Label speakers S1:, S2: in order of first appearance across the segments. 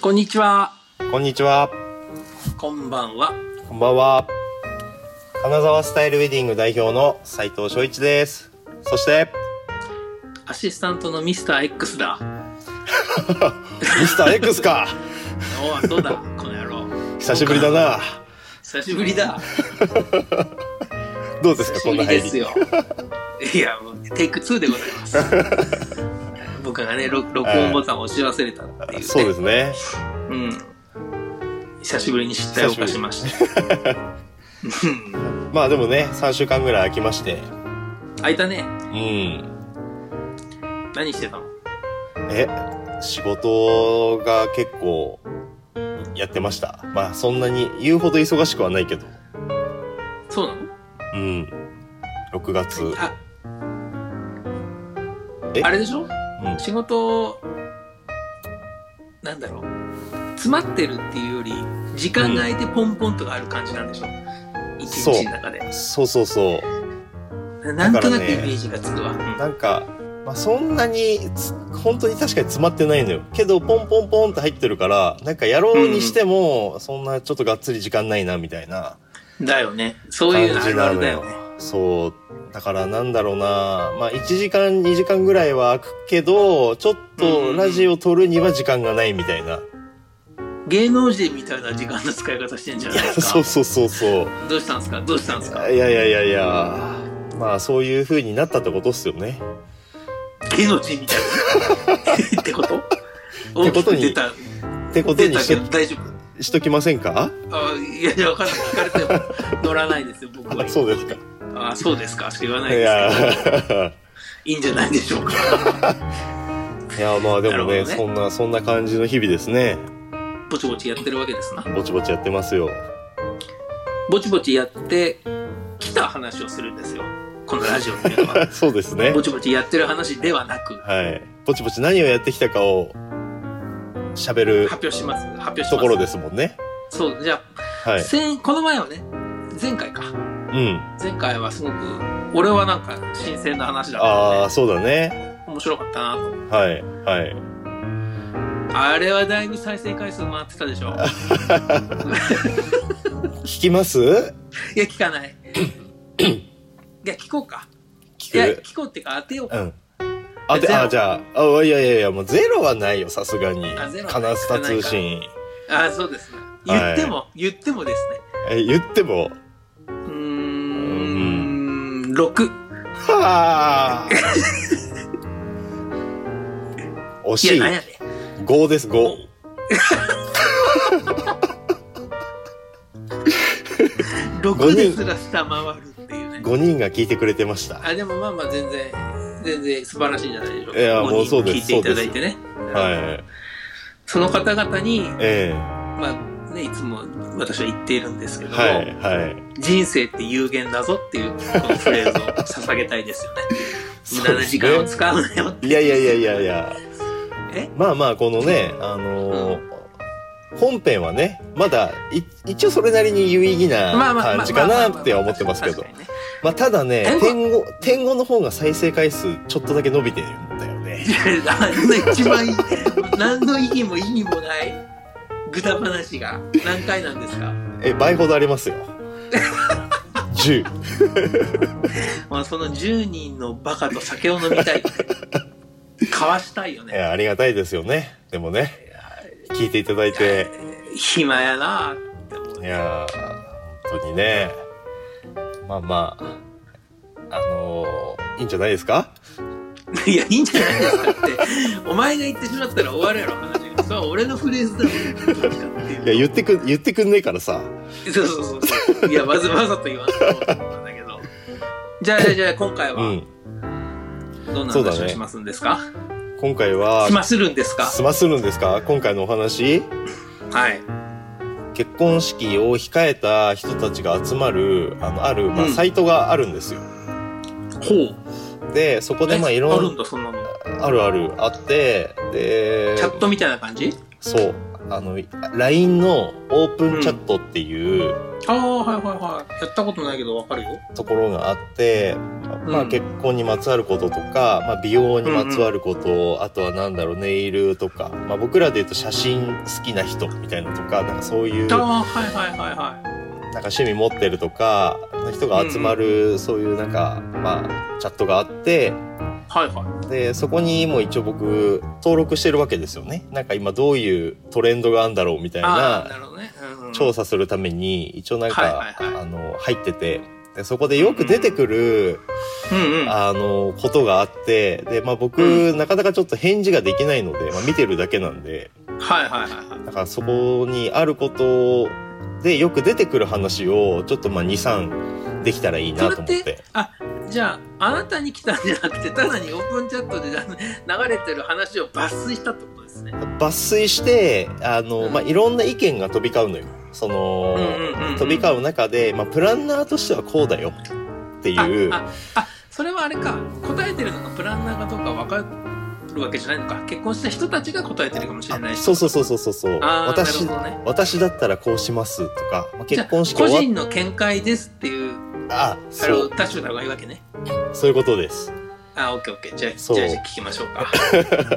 S1: こんにちは。
S2: こんにちは。
S1: こんばんは。
S2: こんばんは。金沢スタイルウェディング代表の斉藤翔一です。そして、
S1: アシスタントのミスター X だ。
S2: ミスター X か。
S1: おお、そうだ。この野郎。
S2: 久しぶりだな。
S1: 久しぶりだ。
S2: どうで
S1: 久
S2: すか、
S1: し
S2: こ
S1: ぶ
S2: んな
S1: り
S2: 入
S1: です
S2: り。
S1: よ。 いや、もうテイク2でございます。 僕がね、録録音ボタンを押し忘れたっていう、ね。
S2: そうですね。
S1: うん。久しぶりに失態を犯しました。うん
S2: まあでもね、3週間ぐらい空きまして。
S1: 空いたね。
S2: うん。
S1: 何してたの
S2: え、仕事が結構やってました。まあそんなに言うほど忙しくはないけど。
S1: そうなの
S2: うん。6月。うん。
S1: あ
S2: え
S1: あれでしょ仕事なんだろう詰まってるっていうより時間が空いてポンポンとかある感じなんでしょ、一日の中で
S2: そうそうそう。
S1: なんとなく
S2: だから
S1: イ
S2: ね
S1: メージがつくわ、うん
S2: なんか、まあ、そんなにつ本当に確かに詰まってないのよけどポンポンポンって入ってるからなんかやろうにしても、そんなちょっとがっつり時間ないなみたいな
S1: だよねそういうの
S2: 感
S1: あ
S2: じ
S1: るあ
S2: な
S1: る
S2: の
S1: だよ
S2: よ
S1: ね
S2: そうだからなんだろうなまあ1時間2時間ぐらいは空くけどちょっとラジオ撮るには時間がないみたいな、
S1: 芸能人みたいな時間の使い方してんじゃないですか
S2: そうそうそうそう
S1: どうしたんですかどうしたんですか
S2: いやいやいやいやまあそういう風になったってことっすよね
S1: 芸能人みたい なってこと大きく出た
S2: ってこと
S1: 出
S2: に
S1: た
S2: し
S1: け
S2: て
S1: ど大丈夫
S2: しときませんか
S1: あいやいや分からない聞かれても乗らないですよ僕は
S2: あそうですか
S1: あそうですかしか言わない
S2: い
S1: ですけど
S2: や
S1: いいんじゃないでしょうか。
S2: いやまあでもね
S1: なるほ
S2: そんなそんな感じの日々ですね
S1: ぼちぼちやってるわけですな。
S2: ぼちぼちやってますよ
S1: ぼちぼちやってきた話をするんですよ。このラジオっていうの は。
S2: そうですね
S1: ぼちぼちやってる話ではなく、
S2: はいぼちぼち何をやってきたかを喋る
S1: 発表します。発表します。
S2: ところですもんね
S1: そう、じゃあ、
S2: はい
S1: 先この前はね、前回か。
S2: うん
S1: 前回はすごく、俺はなんか新鮮な話だった
S2: ああ
S1: ん
S2: ーそうだね
S1: で、面白かったなと。
S2: はいはい
S1: あれはだいぶ再生回数回ってたでしょ。
S2: 聞きます
S1: いや、聞か ない。いや、聞こうか。いや、
S2: 聞く
S1: 聞こうっていうか当てようか。
S2: うんあで
S1: ゼロ
S2: あじゃああいやいやいやもうゼロはないよさすがに
S1: あゼロは
S2: 金スタ通信
S1: あそうですね。
S2: はい
S1: 言っても、言ってもですね。
S2: え言っても
S1: うーん、六。
S2: はあ惜
S1: い
S2: し
S1: や、
S2: い
S1: なんやね。
S2: 5です5
S1: 六ですら下回るっていうね。
S2: 5人が聞いてくれてました
S1: あ、でもまあまあ全然、全然素晴らしいんじゃないでしょうか。
S2: いやもう
S1: 五人
S2: そうです
S1: 聞いていただいてね。
S2: はい
S1: その方々に、
S2: え
S1: まあね、いつも私は言っているんですけ
S2: え
S1: ども、
S2: はいはい
S1: 人生って有限だぞっていうこのフレーズを捧げたいですよね。無駄な時間
S2: そう
S1: を
S2: ですね
S1: 使うなよって。
S2: いやいやいやいやいや
S1: え
S2: まあまあこのねあのー本編はねまだい一応それなりに有意義
S1: まあま
S2: な
S1: あまあまあ
S2: 感じかなって思ってますけど
S1: 確かにね
S2: まあただね
S1: 天
S2: 天狗天狗の方が再生回数ちょっとだけ伸びてるんだよね
S1: あんな一番いい何の意義も意味もないぐだ話が何回なんですか、
S2: え倍ほどありますよ10
S1: まあ、その10人のバカと酒を飲みたい交わしたいよ
S2: い
S1: ね
S2: やありがたいですよねでもね聞いていただいて
S1: 暇やなって思う
S2: いやー本当にねまあまああのーいいんじゃないですか
S1: いやいいんじゃないですかってお前が言ってしまったら終わるやろ話がそれは俺のフレーズだろどっちかっていう
S2: いや言ってく言ってくんねえからさ
S1: そうそうそうそういやわざわざと言わんと思ったんだけどじゃあじゃあじゃあ今回
S2: う
S1: は
S2: ん
S1: どんな
S2: そうだ
S1: 話
S2: ね
S1: をしますんですか、
S2: 今回は
S1: しまするんですか
S2: 済まするんですか今回のお話
S1: はい
S2: 結婚式を控えた人たちが集まるあのある、まあ
S1: うん
S2: サイトがあるんですよ
S1: ほう
S2: でそこでまあ
S1: え
S2: い
S1: あ
S2: ろ
S1: るん
S2: ん
S1: だそんなの
S2: あるあるあってで
S1: チャットみたいな感じ
S2: そうあの LINE のオープンチャットっていう、
S1: ああ、はいはいはい。やったことないけどわかるよ。
S2: ところがあって、ま
S1: う
S2: あ、
S1: ん
S2: 結婚にまつわることとか、まあ、美容にまつわること、あとはなんだろうネイルとか、まあ、僕らで言うと写真好きな人みたいなとかなんかそういう
S1: あ
S2: なんか
S1: あ、はいはいはいは
S2: 趣味持ってるとかの人が集まる、そういうなんか、まあ、チャットがあって
S1: い。はいは
S2: でそこにも一応僕登録してるわけですよね。なんか今どういうトレンドがあるんだろうみた
S1: い。
S2: い
S1: ああ、
S2: な
S1: なるほどね。うんうん、
S2: 調査するために一応なんか、
S1: はいはいは
S2: あの入っててでそこでよく出てくる、
S1: うんうん。
S2: あのことがあってで、まあ、僕、
S1: う
S2: なかなかちょっと返事ができないので、まあ、見てるだけなんで
S1: はいはいはいはい。
S2: だからそこにあることでよく出てくる話をちょっとまあ23できたらいいなと思って
S1: それあ、じゃあ、あなたに来たんじゃなくて、ただにオープンチャットであの流れてる話を抜粋したってことですね。
S2: 抜粋してあの、
S1: うん
S2: まあ、いろんな意見が飛び交うのよ。その、
S1: うんうんうんうん
S2: 飛び交う中で、まあ、プランナーとしてはこうだよっていう
S1: あああそれはあれか答えてるのがプランナーかどうか分かるわけじゃないのか結婚した人たちが答えてるかもしれないし
S2: そうそうそうそうそうそう
S1: ああなるほ
S2: 私
S1: どね
S2: 私だったらこうしますとか、まあ、結婚式
S1: じゃあ
S2: 終わ
S1: 個
S2: っ
S1: 人の見解ですっていう
S2: あ
S1: あれ
S2: そ
S1: を
S2: う
S1: 出してた方がいいわけね
S2: そういうことです
S1: あオッケーオッケーじゃあ
S2: そう
S1: じゃあじゃあ聞きましょうか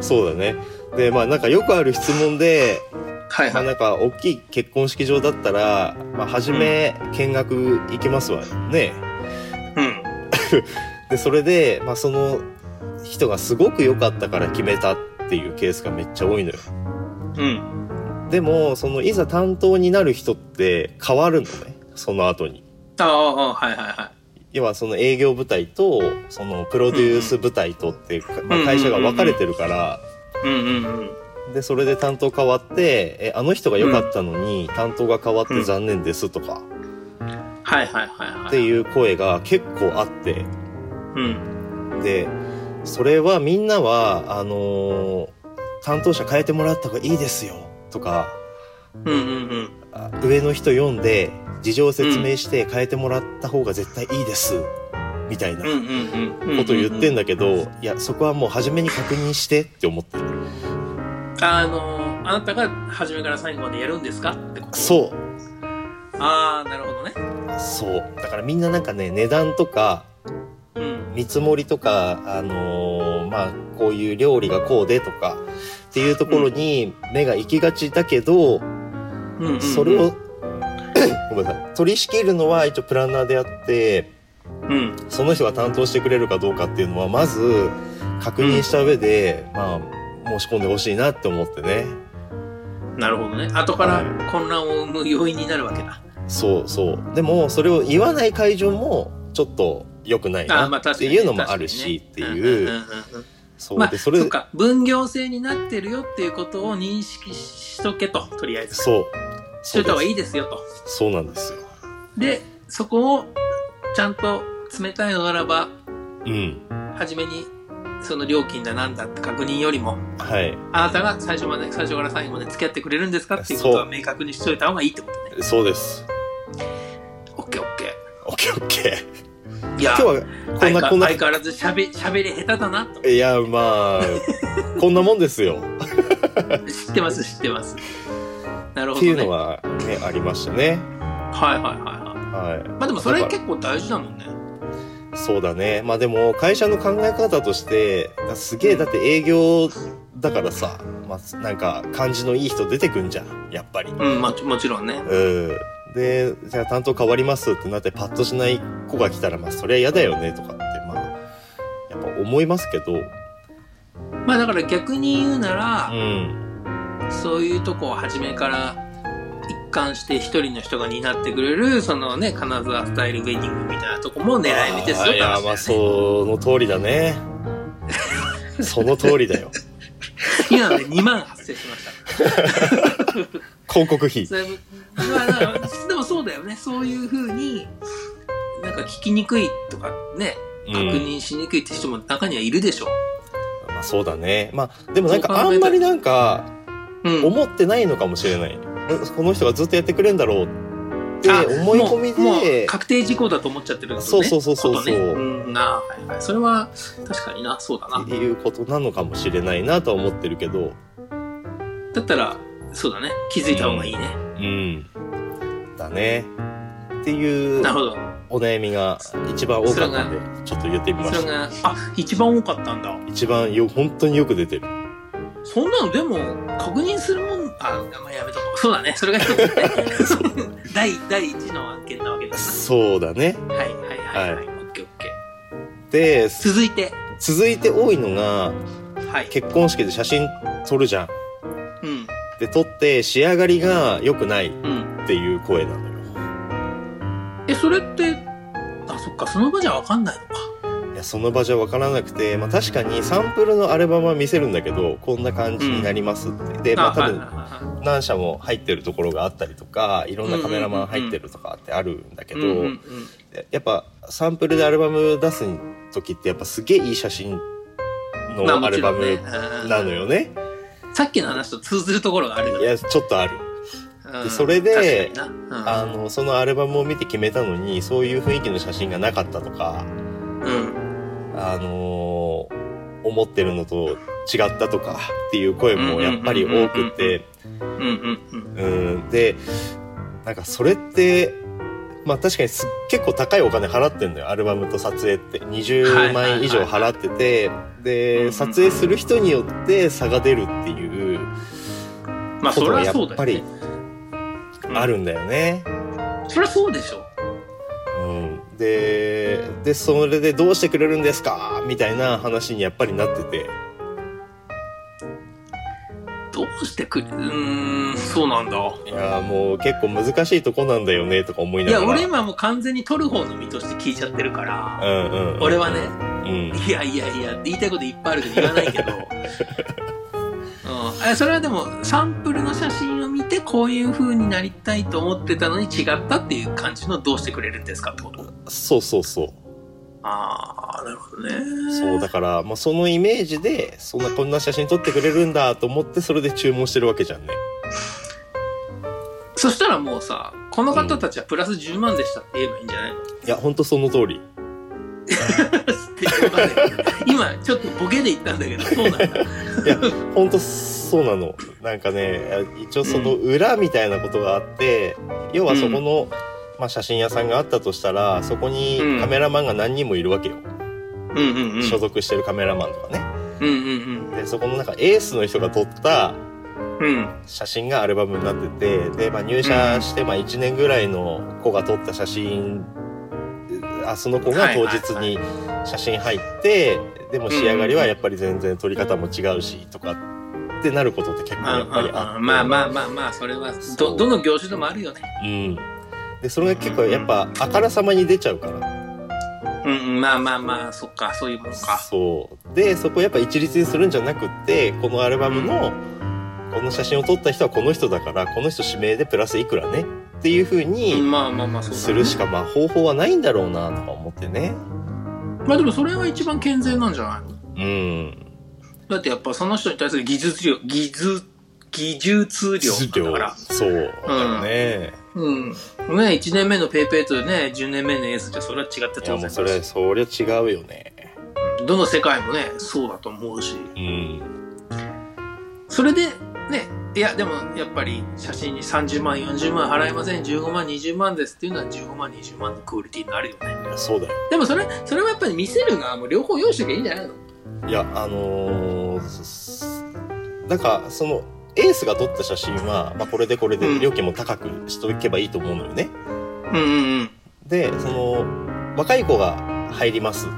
S2: そうだね。で、まあなんかよくある質問で、
S1: はいは
S2: まあ
S1: い
S2: なんか大きい結婚式場だったら、まあ初め見学行きますわね。
S1: うん
S2: で、それで、まあその人がすごく良かったから決めたっていうケースがめっちゃ多いのよ。
S1: うん
S2: でも、そのいざ担当になる人って変わるのね。その後に。
S1: ああはいはいは
S2: 要はその営業部隊と、そのプロデュース部隊とっていうか、まあ会社が分かれてるから、
S1: いうんうんうん
S2: でそれで担当変わってえあの人が良かったのに担当が変わって残念ですとか
S1: はいはいはいはい
S2: って
S1: う
S2: いう声が結構あって
S1: ん
S2: でそれはみんなはあのー担当者変えてもらった方がいいですよとか
S1: うんうんうん
S2: あ上の人読んで事情を説明して変えてもらった方が絶対いいですみたいな
S1: うんうんうんうん
S2: ことを言ってん
S1: だ
S2: だけどいやそこはもう初めに確認してって思ってる
S1: あのあなたが初めから最後までやるんですかってこと
S2: そう
S1: ああなるほどね
S2: そうだからみんななんかね値段とか
S1: うん
S2: 見積もりとか、あのーまあ、こういう料理がこうでとかっていうところに目が行きがちだけ
S1: う
S2: ど、
S1: んうんうん
S2: それを ごめんなさい取り仕切るのは一応プランナーであって
S1: うん
S2: その人が担当してくれるかどうかっていうのはまず確認した上で、まあ、申し込んでほしいなって思ってね
S1: なるほどね。後から混乱を生む要因になるわけだ。
S2: そうそうでもそれを言わない会場もちょっと良くない
S1: ああ
S2: な
S1: まあ
S2: っ
S1: 確か
S2: て
S1: にね、
S2: いうのもあるしって
S1: 確かにねんん
S2: いうん
S1: うんうん
S2: そう
S1: まあ、
S2: で
S1: そ
S2: それ
S1: っか、分業制になってるよっていうことを認識しとけと、とりあえず。
S2: そう
S1: し
S2: そ
S1: と
S2: う
S1: いた方が
S2: で
S1: いいですよと。
S2: すそうなんですよ
S1: で、そこをちゃんと冷たいのならば、
S2: うん
S1: 初めにその料金だなんだって確認よりも、
S2: はい、
S1: あなたが最初まで、最初から最後まで付き合ってくれるんですかっていうことは明確にしといた方がいいってことね。
S2: そうです。
S1: オッケーオッケ
S2: オッケーオッケー。
S1: ー。いや、
S2: 今日はこん
S1: 相
S2: なこ
S1: 変
S2: んな
S1: 相変わらずしゃべしゃべり下手だなと。
S2: いやまあこんなもんです よ。
S1: 知ってます知ってますなる
S2: っ
S1: ほど、
S2: て
S1: ね、
S2: いうのはねありましたね。
S1: はいはいはいはい
S2: は
S1: まあでもそれ結構大事だもんね
S2: い。そうだね。まあでも会社の考え方としてすげえだって営業だからさ、まあなんか感じのいい人出てくんじゃんやっぱり。
S1: うんまあもちろんね
S2: うん。でじゃあ担当変わりますってなってパッとしない子が来たらまあそれは嫌だよねとかってまあやっぱ思いますけど。
S1: まあだから逆に言うな
S2: う
S1: ら、
S2: ん。
S1: そういうとこを初めから一貫して一人の人が担ってくれるそのね金沢スタイルウェディングみたいなとこも狙い目ですよ
S2: あーいやまあ
S1: う
S2: その通りだね。その通りだよ。
S1: 今ので2万発生しました
S2: 広告 費
S1: それもまあだからでもそうだよねそういうふうになんか聞きにくいとかね確
S2: うん
S1: 認しにくいって人も中にはいるでしょ
S2: まあ、そうだねまあでもなんか
S1: そう考
S2: あ
S1: えたら
S2: んまりなんか
S1: う、うん、
S2: 思ってないのかもしれない、この人がずっとやってくれるんだろうって
S1: あ
S2: 思い込み
S1: もうもう
S2: で
S1: 確定事項だと思っちゃってるんだね
S2: そうそうそうそう
S1: ことねうんあーはいはいそれは確かになそうだな
S2: っていうことなのかもしれないなとは思ってるけど
S1: だったらそうだね気づいた方がいいね、
S2: うんだね。っていう
S1: なるほど。
S2: お悩みが一番多かったんで、ちょっと言ってみま
S1: そ
S2: し
S1: れ
S2: た。
S1: が、あ、一番多かったんだ。
S2: 一番よ、本当によく出てる。
S1: そんなのでも、確認するもん、あ、まあ、やめとこう。そうだね。それが一つね。 第、第一の案件なわけです。
S2: そうだね。
S1: はい、はい、はい。は、
S2: は
S1: オ
S2: い
S1: ッケーオッケー。
S2: で、す
S1: 続いて。
S2: 続いて多いのが、
S1: はい。
S2: 結婚式で写真撮るじゃん。
S1: うん。
S2: で、撮って仕上がりが良くないっ
S1: うん。
S2: ていう声なのよ。
S1: え、それって、あ、そっか、その場じゃわかんないのか。
S2: いやその場じゃ分からなくて、まあ、確かにサンプルのアルバムは見せるんだけどこんな感じになりますって、でまあ多分
S1: 分、
S2: 何社も入ってるところがあったりとかいろんなカメラマン入ってるとかってあるんだけど、
S1: うんうんうん
S2: やっぱサンプルでアルバム出す時ってやっぱすげえいい写真
S1: まあ
S2: のア
S1: も
S2: ル
S1: ち
S2: バ
S1: ろんね
S2: ムなのよね。
S1: うんさっきの話と通ずるところがあるよ
S2: い
S1: ね
S2: やちょっとある。
S1: うん
S2: でそれで
S1: 確かにな
S2: あのそのアルバムを見て決めたのにそういう雰囲気の写真がなかったとか。
S1: うん
S2: あのー思ってるのと違ったとかっていう声もやっぱり多くて、
S1: うんうんうん
S2: うん、で、なんかそれって、まあ確かにす結構高いお金払ってんのよ、アルバムと撮影って。20万円以上払ってて、
S1: うんう
S2: で、
S1: ん
S2: 撮影する人によって差が出るっていう
S1: うんまあ
S2: こ
S1: そ
S2: と
S1: れ
S2: が
S1: は
S2: や
S1: そう
S2: っ
S1: だ
S2: ぱ
S1: よ
S2: り
S1: ね
S2: あるんだよね。
S1: それはそうでしょ
S2: うん、で、で、それでどうしてくれるんですかみたいな話にやっぱりなってて。
S1: どうしてくうーんそうなんだ
S2: いやーもう結構難しいとこなんだよねとか思い
S1: い
S2: な
S1: や
S2: がら。
S1: 俺今もう完全に取る方の身として聞いちゃってるから、
S2: うんうんうん
S1: 俺はね、
S2: うん。
S1: いやいやいやって言いたいこといっぱいあるけど言わない けどうん、えそれはでもサンプルの写真を見てこういう風になりたいと思ってたのに違ったっていう感じのどうしてくれるんですかってこと
S2: そうそうそう。
S1: ああなるほどね
S2: そう、だから、まあ、そのイメージで、そんな、こんな写真撮ってくれるんだと思って、それで注文してるわけじゃんね。
S1: そしたらもうさこの方たちはプラス10万でしたって言えばいいんじゃないの、
S2: いや、ほんとその通り。
S1: って言わない 今ちょっとボケで言ったんだけどそうなんだ
S2: ほんとそうなの。なんかね、一応その裏みたいなことがあって、要はそこの、まあ、写真屋さんがあったとしたら、そこに
S1: うん
S2: カメラマンが何人もいるわけよ。
S1: うんうんうん
S2: 所属してるカメラマンとかね。
S1: うんうん
S2: で、そこのなんかエースの人が撮った、
S1: うんうん
S2: 写真がアルバムになっててで、まあ、入社してまあ1年ぐらいの子が撮った写真、あその子が当日
S1: はい
S2: に写真入って、でも仕上がりはやっぱり全然撮り方も違うしとかってなることって結構やっぱりあ
S1: あ
S2: って、
S1: まあまあまあまあそれは
S2: そう
S1: どどの業種でもあるよね
S2: うん、でそれが結構やっぱあからさまに出ちゃうから、
S1: うんうんまあまあまあそっかそういうもんか
S2: そうでそこやっぱ一律にするんじゃなくってこのアルバムの、この写真を撮った人はこの人だからこの人指名でプラスいくらねっていうふうに、
S1: まあまあまあそうだね
S2: するしかまあ方法はないんだろうなとか思ってね
S1: まあでもそれは一番健全なんじゃないの
S2: うん
S1: だってやっぱその人に対する技術量技術技術量なんだから
S2: そうだよね、
S1: うんね1年目のペイペイとね10年目のエースじゃそれは違って
S2: いや
S1: 当然
S2: もう
S1: だし
S2: それそりゃ違うよね
S1: どの世界もねそうだと思うし
S2: うん
S1: それでねいやでもやっぱり写真に30万40万払えません15万20万ですっていうのは15万20万のクオリティになるよね
S2: いやそうだよ
S1: でもそれそれはやっぱり見せる側も両方用意しときゃいいんじゃないの
S2: いやあのーすなんかそのエースが撮った写真は、まあ、これでこれで料金も高くしておけばいいと思うのよね、
S1: うんうん
S2: でその若い子が入ります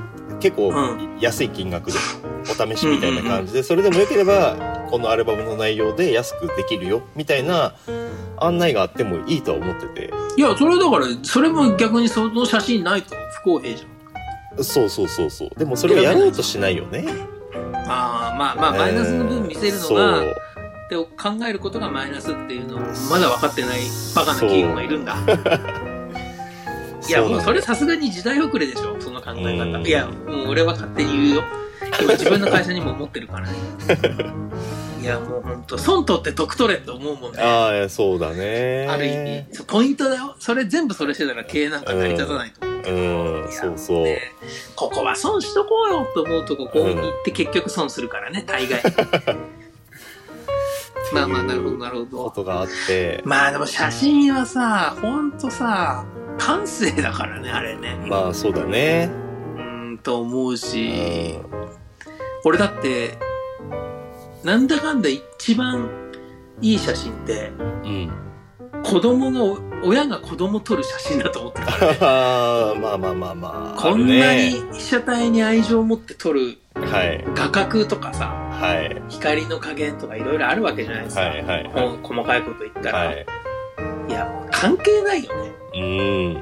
S2: 結構
S1: う
S2: 安い金額でお試しみたいな感じでそれでもよければこのアルバムの内容で安くできるよみたいな案内があってもいいとは思ってて
S1: いやそれはだからそれも逆にその写真ないと不公平じゃん
S2: そうそうそうそうでもそれをやろうとしないよね
S1: ああまあまあマイナスの分見せるのが、って考えることがマイナスっていうのをまだ分かってないバカな企業がいるんだいやもうそれさすがに時代遅れでしょその考え
S2: う
S1: 方
S2: ん
S1: いやもう俺は勝手に言うよ今自分の会社にも思ってる からねいやもうほんと損取って得取れって思うもんねあ
S2: ああーそうだね
S1: る意味そうポイントだよそれ全部それしてたら経営なんか成り立たないと思う、
S2: うんそうそう
S1: ねここは損しとこ うよと思うとここに行って結局損するからね大概まあまあ、なるほど、なるほ
S2: こ
S1: ど。
S2: とがあって、
S1: まあでも写真はさ、ほんとさ、感性だからね、あれね。
S2: まあそうだね。
S1: うーん、と思う
S2: う
S1: し、
S2: ん。
S1: 俺だって、なんだかんだ一番いい写真って、
S2: うん。
S1: 子供の、親が子供撮る写真だと 思ってるからね。
S2: あーまあまあまあまあ。
S1: こんな
S2: あ
S1: に被写体に愛情を持って撮る
S2: るね。はい。
S1: 画角とかさ、
S2: はい。
S1: 光の加減とかいろいろあるわけじゃないですか。
S2: はいはいはい。
S1: もう細かいこと言ったら。、
S2: はいい。
S1: や、もう関係ないよね。
S2: うん。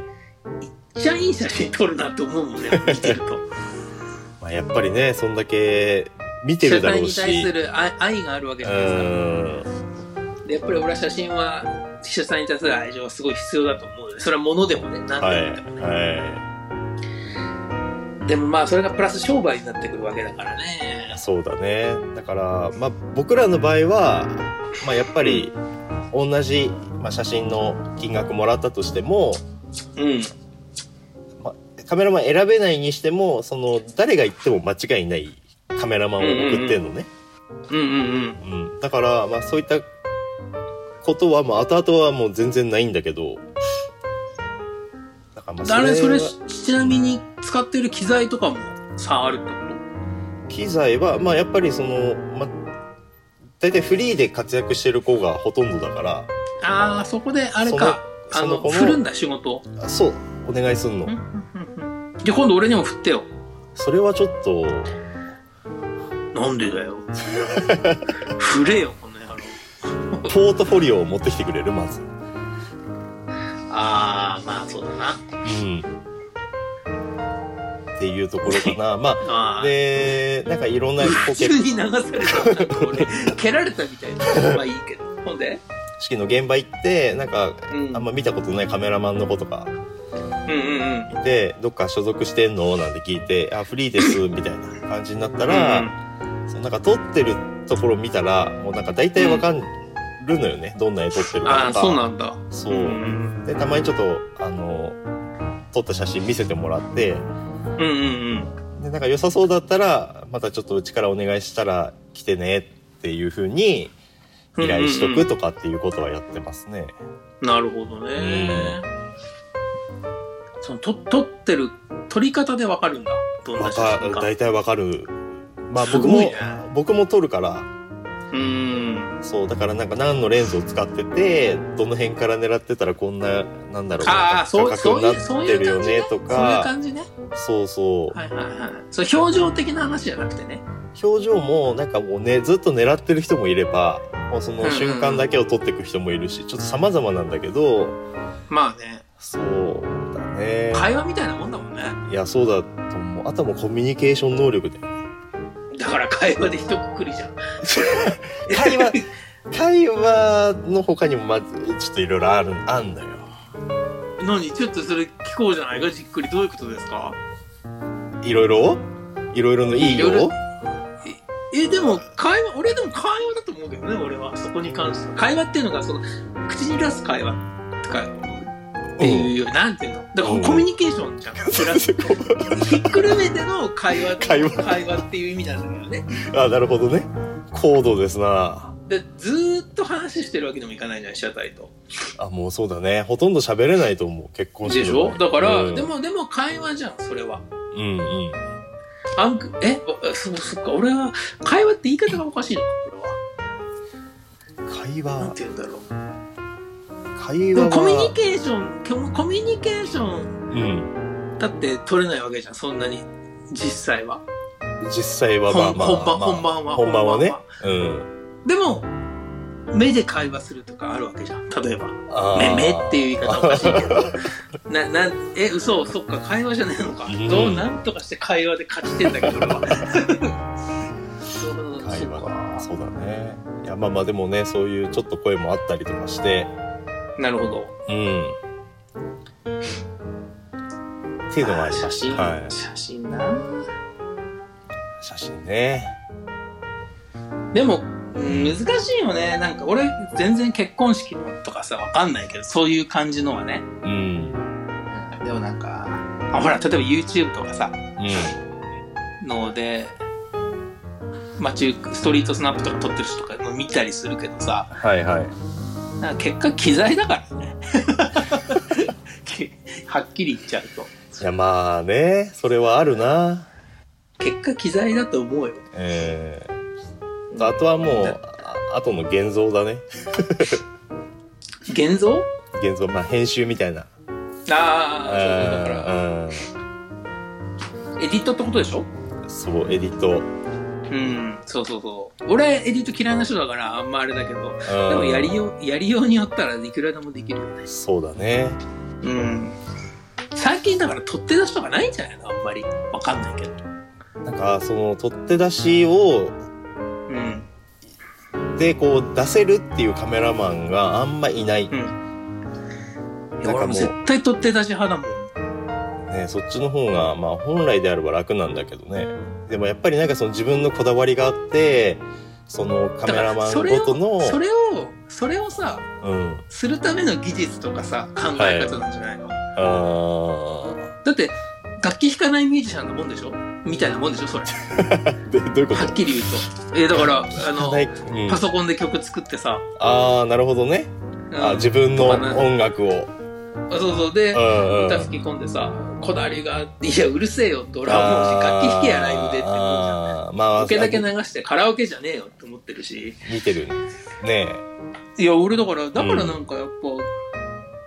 S1: めっちゃいい写真撮るなって思うもんね、見てると。
S2: まあやっぱりね、そんだけ見て
S1: 被写
S2: るだろ
S1: 体
S2: う
S1: に対
S2: し。
S1: する愛愛があるわけ
S2: う
S1: じゃないですか。
S2: ん。
S1: でやっぱり俺は写真は被写体に対する愛情はすごい必要だと思うのでそれは物でもね何
S2: はい。
S1: でもね、
S2: は
S1: でもまあそれがプラス商売になってくるわけだからね
S2: い。そうだね。だから、まあ僕らの場合は、まあやっぱり同じ、まあ、写真の金額もらったとしても、
S1: うん
S2: カメラマン選べないにしても、その誰が行っても間違いないカメラマンを送ってんのね。
S1: うんうんうん
S2: うん、だから、まあ、そういったことは、まあ、後々はもう全然ないんだけどだからまあ
S1: あれそれ
S2: は
S1: ちなみに使ってる機材とかも差あるって
S2: 機材は、まあ、やっぱりその、まあ、大体フリーで活躍してる子がほとんどだから
S1: ことああそこであれか
S2: そ
S1: あ
S2: の
S1: の
S2: 子の
S1: 振るんだ仕事を
S2: あそうお願いすんの
S1: うんうんうんじゃあ今度俺にも振ってよ
S2: それはちょっと
S1: なんでだ よ振れよこの野郎
S2: ポートフォリオを持ってきてくれるまず、
S1: ああまあそうだな
S2: うん、っていうところ かなま
S1: あ
S2: あ
S1: あ
S2: でなんかいろんなこう
S1: 急に流されたなんか俺蹴られたみたいなまあいいけどほんで、
S2: 式の現場行ってなんか
S1: うん、
S2: あんま見たことないカメラマンの子とか
S1: うんうんうん
S2: でどっか所属してんのなんて聞いて「あフリーです」みたいな感じになったら、そのなんか撮ってるところ見たらもうなんか大体わかるのよね、どんな絵撮ってる
S1: あ
S2: か
S1: あ
S2: とか
S1: そうなんだ
S2: そう
S1: うん
S2: でたまにちょっとあの撮った写真見せてもらって
S1: うんうん
S2: でなんか良さそうだったらまたちょっとうちからお願いしたら来てねっていうふうに
S1: うん
S2: 依頼しと
S1: うんうんう
S2: く
S1: ん
S2: とかっていうことはやってますね。
S1: なるほどねそのと撮ってる撮り方でわかるんだどん
S2: わ
S1: な写
S2: か
S1: 真か
S2: 大体わかる。まあ
S1: す
S2: 僕
S1: ごい
S2: も
S1: ね
S2: 僕も撮るから
S1: うん
S2: そうだからなんか何のレンズを使っててどの辺から狙ってたらこんななんだろう
S1: ああそうそういう
S2: にな
S1: そう
S2: って
S1: いう
S2: るよ
S1: 感じね
S2: ねと
S1: そういう
S2: か
S1: 感じね
S2: そうそう
S1: はいはいはいそう表情的な話じゃなくてね
S2: 表情もなんかもうねずっと狙ってる人もいればもうそ
S1: うんう
S2: の
S1: んうん
S2: 瞬間だけを撮っていく人もいるしちょっと様々なんだけど
S1: まあね
S2: そうだね
S1: 会話みたいなもんだもんね
S2: いやそうだと思うあとはもうコミュニケーション能力で
S1: だから会話で一括りじ ゃん
S2: 会話会話の他にもまずちょっといろいろあるあんだよ
S1: 何ちょっとそれ聞こうじゃないかじっくりどういうことですか
S2: いろいろいろいろのいい
S1: いろい
S2: よ
S1: ろえでも会話俺でも会話だと思うけどね俺はそこに関しては会話っていうのがその口に出す会話とかっていうよりなんていうのだか
S2: うん
S1: らコミュニケーショ ンじゃんそれはひっくるめての会話
S2: 会話
S1: っていう意味なんだけどね
S2: あなるほどね高度ですな
S1: でずーっと話してるわけにもいかないじゃん被写体と
S2: あもうそうだねほとんど喋れないと思う結婚式
S1: でしょだから、
S2: うん
S1: でもでも会話じゃんそれは
S2: うんうん
S1: あんえあそうそっか俺は会話って言い方がおかしいのかこれは
S2: 会
S1: なん
S2: 話
S1: て言うんだろう
S2: 会
S1: で
S2: 話
S1: も
S2: は
S1: コミュニケーションコミコミュニケーション
S2: うん
S1: だって取れないわけじゃんそんなに実際は、
S2: 実際はまあまあ、
S1: 本
S2: まあ、
S1: 本番は
S2: 本番はね
S1: 本
S2: うん
S1: でも目で会話するとかあるわけじゃん例えば
S2: あ
S1: 「目
S2: ー
S1: 目」っていう言い方おかしいけど ななえ嘘そっか会話じゃねえのか、
S2: うん
S1: どうなんとかして会話で勝ちてんだけど俺は そう
S2: 会
S1: そう
S2: 話
S1: か
S2: そうだねいやまあまあでもねそういうちょっと声もあったりとかして
S1: なるほど
S2: うんっていうのがあ
S1: あー
S2: りま
S1: 写
S2: し
S1: 真、
S2: たはい
S1: 写真な
S2: 写真ね
S1: でも、うん難しいよね。なんか俺、全然結婚式のとかさ、わかんないけど、そういう感じのはね。
S2: うん
S1: でもなんか、あほら、例えば YouTube とかさ、
S2: うん
S1: ので、街行くストリートスナップとか撮ってる人とかも見たりするけどさ
S2: はいはい。
S1: なんか結果機材だからね はっきり言っちゃうと
S2: いや、まあね、それはあるな。
S1: 結果機材だと思うよ
S2: えー、あとはもう、ああとの現像だね。
S1: 現像
S2: 現像、まあ編集みたいな。
S1: ああそうだか
S2: うん
S1: らエディットってことでしょ
S2: うんそう、エディッ
S1: う
S2: ト。
S1: んそうそうそう俺エディット嫌いな人だからあんまあれだけど
S2: うん
S1: でもやりようやりようによったらいくらでもできるよね
S2: そうだね。
S1: うん最近だから取って出しとかないんじゃないのあんまりわかんないけど
S2: なんか、その、取っ手出しを、
S1: うん
S2: で、こう、出せるっていうカメラマンがあんまいない。
S1: いや
S2: なんか
S1: 俺
S2: も
S1: も
S2: う
S1: 絶対取って出し派だもん
S2: ね、そっちの方が、まあ、本来であれば楽なんだけどね。でもやっぱりなんかその自分のこだわりがあって、そのカメラマン
S1: そ
S2: ご
S1: れを
S2: との、
S1: それをそれをさ
S2: うん。
S1: するための技術とかさ考え方なんじゃないの、
S2: あ
S1: だって楽器弾かないミュージシャンなもんでしょみたいなもんでしょそれは
S2: ーで、どういうこと
S1: っきり言うとえだからあの
S2: はいうん
S1: パソコンで曲作ってさ、
S2: ああ、なるほどね。
S1: うん
S2: あ自分の音楽を。
S1: あそうそうで
S2: うんうん
S1: 歌吹き込んでさこだわりがあっていやうるせえよドラムもし楽器弾けやライブでって思うじゃん
S2: あーまあ、
S1: ボケだけ流してカラオケじゃねえよって思ってるし
S2: 見てるね。ね
S1: いや俺だからだからなんかやっ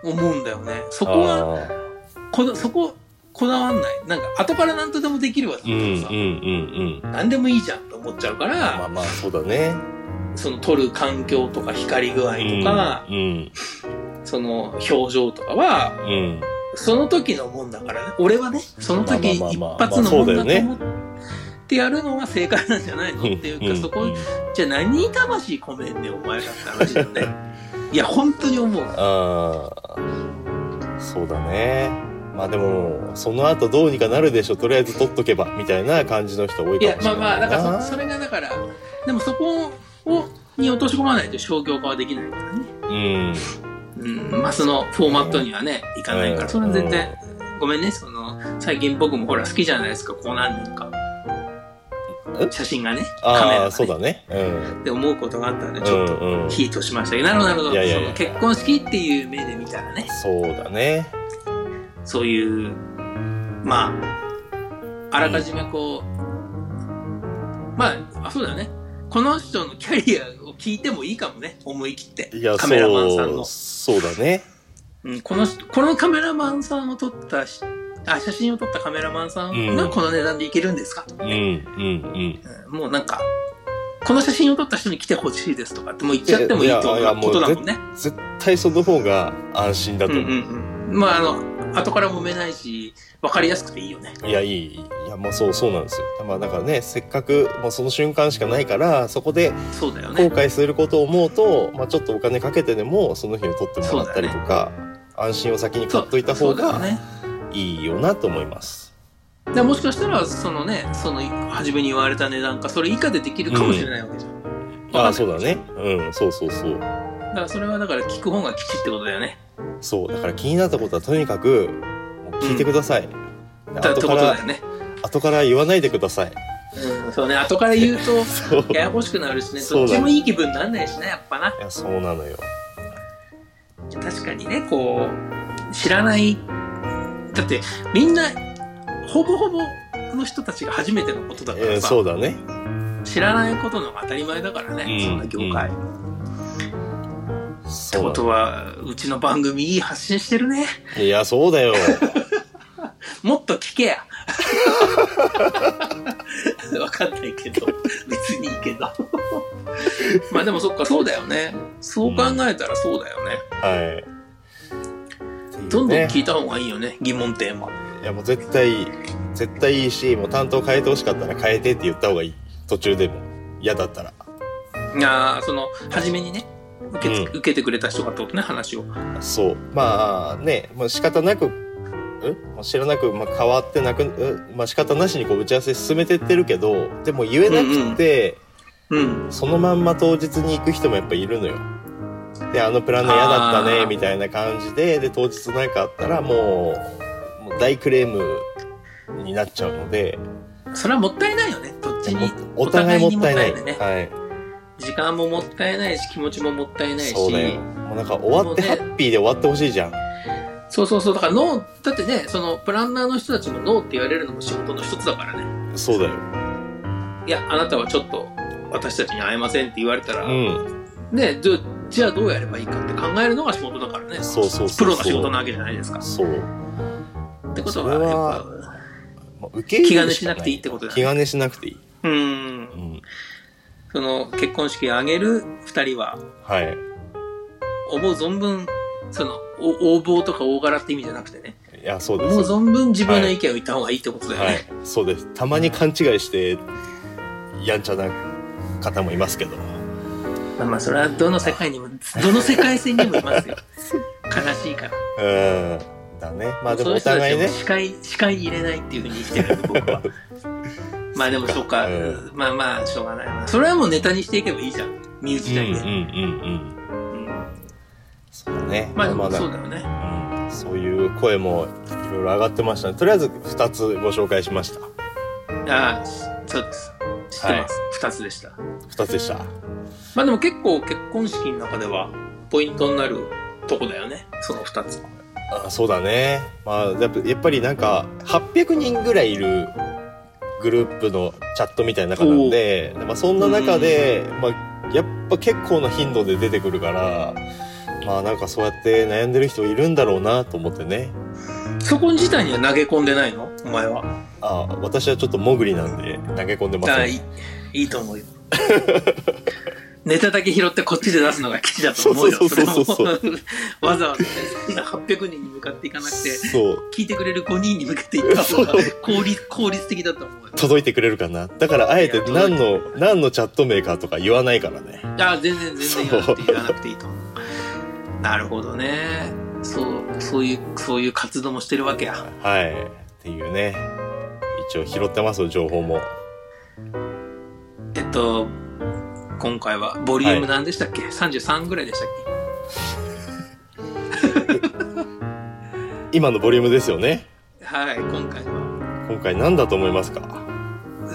S1: ぱ思うんだよね、そこは
S2: あー
S1: こだそここだわんないなんか後から何とでもできるわだっ
S2: うんうん
S1: たらさ、
S2: うんうん。
S1: 何でもいいじゃんと思っちゃうから、
S2: まあまあ、そうだね。
S1: その撮る環境とか光具合とか、
S2: うん。
S1: その表情とかは
S2: うん。うん
S1: その時のもんだからね。俺はね、その時
S2: まあ
S1: 一
S2: まあまあまあ
S1: 発のもんだと
S2: まあそうだよね
S1: 思ってやるのが正解なんじゃないのっていうか、そこ
S2: ん、
S1: じゃあ何に魂込めんねん、お前らって話だよ ね。いや、本当に思う。
S2: ああそうだねまあでもその後どうにかなるでしょとりあえず取っとけばみたいな感じの人多い
S1: い
S2: か
S1: や、
S2: もし
S1: ま
S2: れ
S1: あま
S2: な
S1: あ、
S2: い
S1: だ
S2: な
S1: からそ、それがだから、でもそこを、に落とし込まないと商業化はできないからね。
S2: うん
S1: うん、まあそのフォーマットにはね、いかないか
S2: うん
S1: ら、それは全然、ごめんね、その、最近僕もほら好きじゃないですか、こう何年か
S2: え。
S1: 写真がね、カメラ
S2: あ
S1: が、
S2: あ
S1: ね、
S2: そうだねうん
S1: って思うことがあったんで、ち
S2: う
S1: ょっ
S2: ん
S1: と
S2: うん
S1: ヒートしましたけど、なるほど、なるほど
S2: いやいやい
S1: そ
S2: や
S1: の結婚式っていう目で見たらね、
S2: そうだね
S1: そういう、まあ、あらかじめこう、まあ、あそうだよね。この人のキャリアを聞いてもいいかもね、思い切って
S2: いや。
S1: カメラマンさん
S2: そ
S1: の
S2: う。そうだね
S1: うん、この人このカメラマンさんを撮ったし、あ、写真を撮ったカメラマンさん
S2: う
S1: が
S2: ん
S1: この値段でいけるんですかと
S2: う
S1: か
S2: んう
S1: ね、
S2: ん
S1: うんもうなんか、この写真を撮った人に来てほしいですとかってもう言っちゃってもい
S2: い
S1: い
S2: や
S1: と
S2: いやも
S1: 思
S2: う
S1: うことだもんね。
S2: うん絶対その方が安心だと
S1: うん
S2: 思
S1: う
S2: う、
S1: んうん。まあ、あの、後から揉めないし、分かりやすくていいよね。
S2: いやいいいやまあそうそうなんですよまあだからねせっかくもうその瞬間しかないからそこで
S1: そうだよ
S2: 後
S1: ね。
S2: 悔することを思うと、まあ、ちょっとお金かけてでもその日を取ってもらったりとか、安心を先に買っといた
S1: そ
S2: 方
S1: うだよ
S2: が
S1: ね。
S2: いいよなと思います。
S1: でもしかしたら、そのね、その、初めに言われた値段か、それ以下でできるかもしれないわけじゃん。
S2: ああ
S1: わか
S2: そ
S1: ん
S2: う
S1: ない
S2: だね。うんそうそうそ
S1: だ
S2: う。
S1: からそれはだから聞く方が吉ってことだよね。
S2: そうだから気になったことはとにかくもう聞いてください。
S1: だって
S2: 後
S1: こと
S2: か
S1: だよ
S2: ら
S1: ね。
S2: 後から言わないでください。
S1: うん、そうね、後から言うと、
S2: そう
S1: ややこしくなるしね、
S2: そう
S1: ど
S2: だ
S1: っち
S2: ね
S1: もいい気分になんないしね、やっぱな。
S2: いやそうなのよ。
S1: 確かにね、こう、知らない。だって、みんな、ほぼほぼの人たちが初めてのことだか
S2: え
S1: ら
S2: ー
S1: さ、
S2: そうだね。
S1: 知らないことの方が当たり前だからね、
S2: うん
S1: そんな業界。っ
S2: そ
S1: て
S2: うな
S1: こ
S2: の
S1: とは、うちの番組いい発信してるね。
S2: いやそうだよ。
S1: もっと聞けや。 わかんないけど、別にいいけど。 まあでもそっか、そうだよね。そう考えたらそうだよね。
S2: はい。
S1: どんどん
S2: ね
S1: 聞いた方がいいよね、疑問点は。
S2: いやもう絶対絶対いいしもう担当変えてほしかったら変えてって言った方がいい途中でも嫌だったら
S1: ああ、その、初めにね、受け,、
S2: うん
S1: 受けてくれた人がとね、話を。
S2: そうまあねもう仕方なくんもう知らなく、まあ、変わってなく、んまあ、仕方なしにこう打ち合わせ進めてってるけどでも言えなくて、
S1: うん。
S2: そのまんま当日に行く人もやっぱいるのよであのプランの嫌だった
S1: あ
S2: ね
S1: ー
S2: みたいな感じでで当日なんかあったらもうもう大クレームになっちゃうので
S1: それはもったいないよね、どっっちに
S2: お互いもったいない。
S1: お互にもった
S2: はい。
S1: 時間ももったいないし、気持ちももったいないし。
S2: そうだよ。もうなんか終わって
S1: も
S2: ハ
S1: うね
S2: ッピーで終わってほしいじゃん。
S1: そうそうそう。だからノー、だってね、その、プランナーの人たちもノーって言われるのも仕事の一つだからね。
S2: そうだよ。
S1: いや、あなたはちょっと、私たちに会えませんって言われたら、
S2: うん。
S1: ね、じゃじゃあどうやればいいかって考えるのが仕事だからね。
S2: そうそうそうそう
S1: プロの仕事なわけじゃないですか。
S2: そう。
S1: ってこと
S2: そ
S1: は、
S2: れは
S1: やっぱ、
S2: まあ、受け入れ
S1: 気兼ね
S2: るし
S1: し
S2: か
S1: なくていいってことだ
S2: 気兼ねしなくていい。
S1: うー。
S2: うんん。
S1: その、結婚式を挙げる二人は、
S2: はい。
S1: 思う存分、その、お応募とか大柄って意味じゃなくてね、
S2: いや、そうで
S1: 思う
S2: す。
S1: 存分自分の意見を言った方がいいってことだよね。
S2: はい。そうです。たまに勘違いして、やんちゃな方もいますけど。
S1: まあまあ、それはどの世界にも、どの世界線にもい ますよ。悲しいから。
S2: うん。だね。まあで
S1: そ
S2: も
S1: ういう人
S2: お
S1: たち
S2: 互いね
S1: を。視界、視界に入れないっていうふうに生きてるんで、僕は。まあでも、そうか。
S2: うん
S1: まあまあ、しょうがないな。それはもうネタにしていけばいいじゃん。身
S2: う
S1: 内
S2: んう
S1: だ
S2: ん
S1: け
S2: うん
S1: で。
S2: うん。
S1: うん
S2: そうだね。
S1: まあでも、
S2: だ
S1: そうだよね。
S2: うんそういう声もいろいろ上がってましたね。とりあえず2つご紹介しました。
S1: ああ、そうです。知ってます。二、つでした。
S2: 2つでした。
S1: まあでも結構結婚式の中ではポイントになるとこだよね。その二つ。
S2: あそうだね。まあやっぱやっぱりなんか800人ぐらいいるグループのチャットみたいな中なんで、まあ、そんな中で、まあ、やっぱ結構な頻度で出てくるから、まあなんかそうやって悩んでる人いるんだろうなと思ってね。
S1: そこ自体には投げ込んでないのお前は。
S2: あ私はちょっとモグリなんで投げ込んでま
S1: あ
S2: せ
S1: あ、
S2: ん。
S1: いい、 いいと思うよ。ネタだけ拾ってこっちで出すのが基地だと思うよ。
S2: そうそうそうそう
S1: れもわざわざねそんな800人に向かっていかなくて、
S2: そう。
S1: 聞いてくれる5人に向けていった方が効率、効率的だと思うよ。
S2: 届いてくれるかな。だからあえて何の、何のチャット名かとか言わないからね。
S1: ああ、全然全然言わなくて言わなくていいと思う。なるほどね。そう、そういう、そういう活動もしてるわけや。
S2: はい。っていうね。一応拾ってますよ、情報も。
S1: えっと、今回はボリューム何でしたっけ、?33 ぐらいでしたっ
S2: 今のボリュームですよね。
S1: けはい、今回は。
S2: 今回何だと思いますか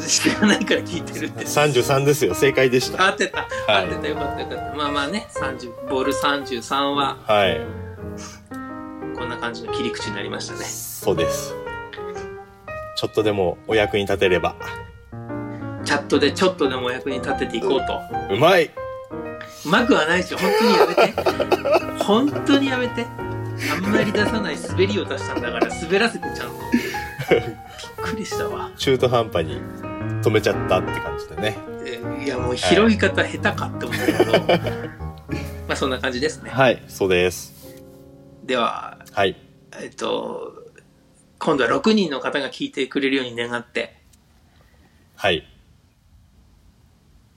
S1: 知らないから聞いてるって。
S2: ?33 ですよ、正解でした。
S1: 合ってた。
S2: は
S1: 合って
S2: い。
S1: た。よかったよかった。まあまあね、30、ボール33は
S2: はい。
S1: こんな感じの切り口になりましたね。
S2: そうです。ちょっとでもお役に立てれば。
S1: チャットでちょっとでもお役に立てていこうと。
S2: うまいう
S1: まくはないし、本当にやめて。本当にやめて。あんまり出さない滑りを出したんだから、滑らせてちゃんと。びっくりしたわ。
S2: 中途半端に止めちゃったって感じでね。
S1: えーいやもう拾い方下手かって思うけど、まあそんな感じですね。
S2: はい。そうです。
S1: では、
S2: はい。
S1: えっと、今度は6人の方が聞いてくれるように願って、
S2: はい。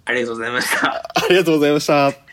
S1: ありがとうございました。
S2: ありがとうございました。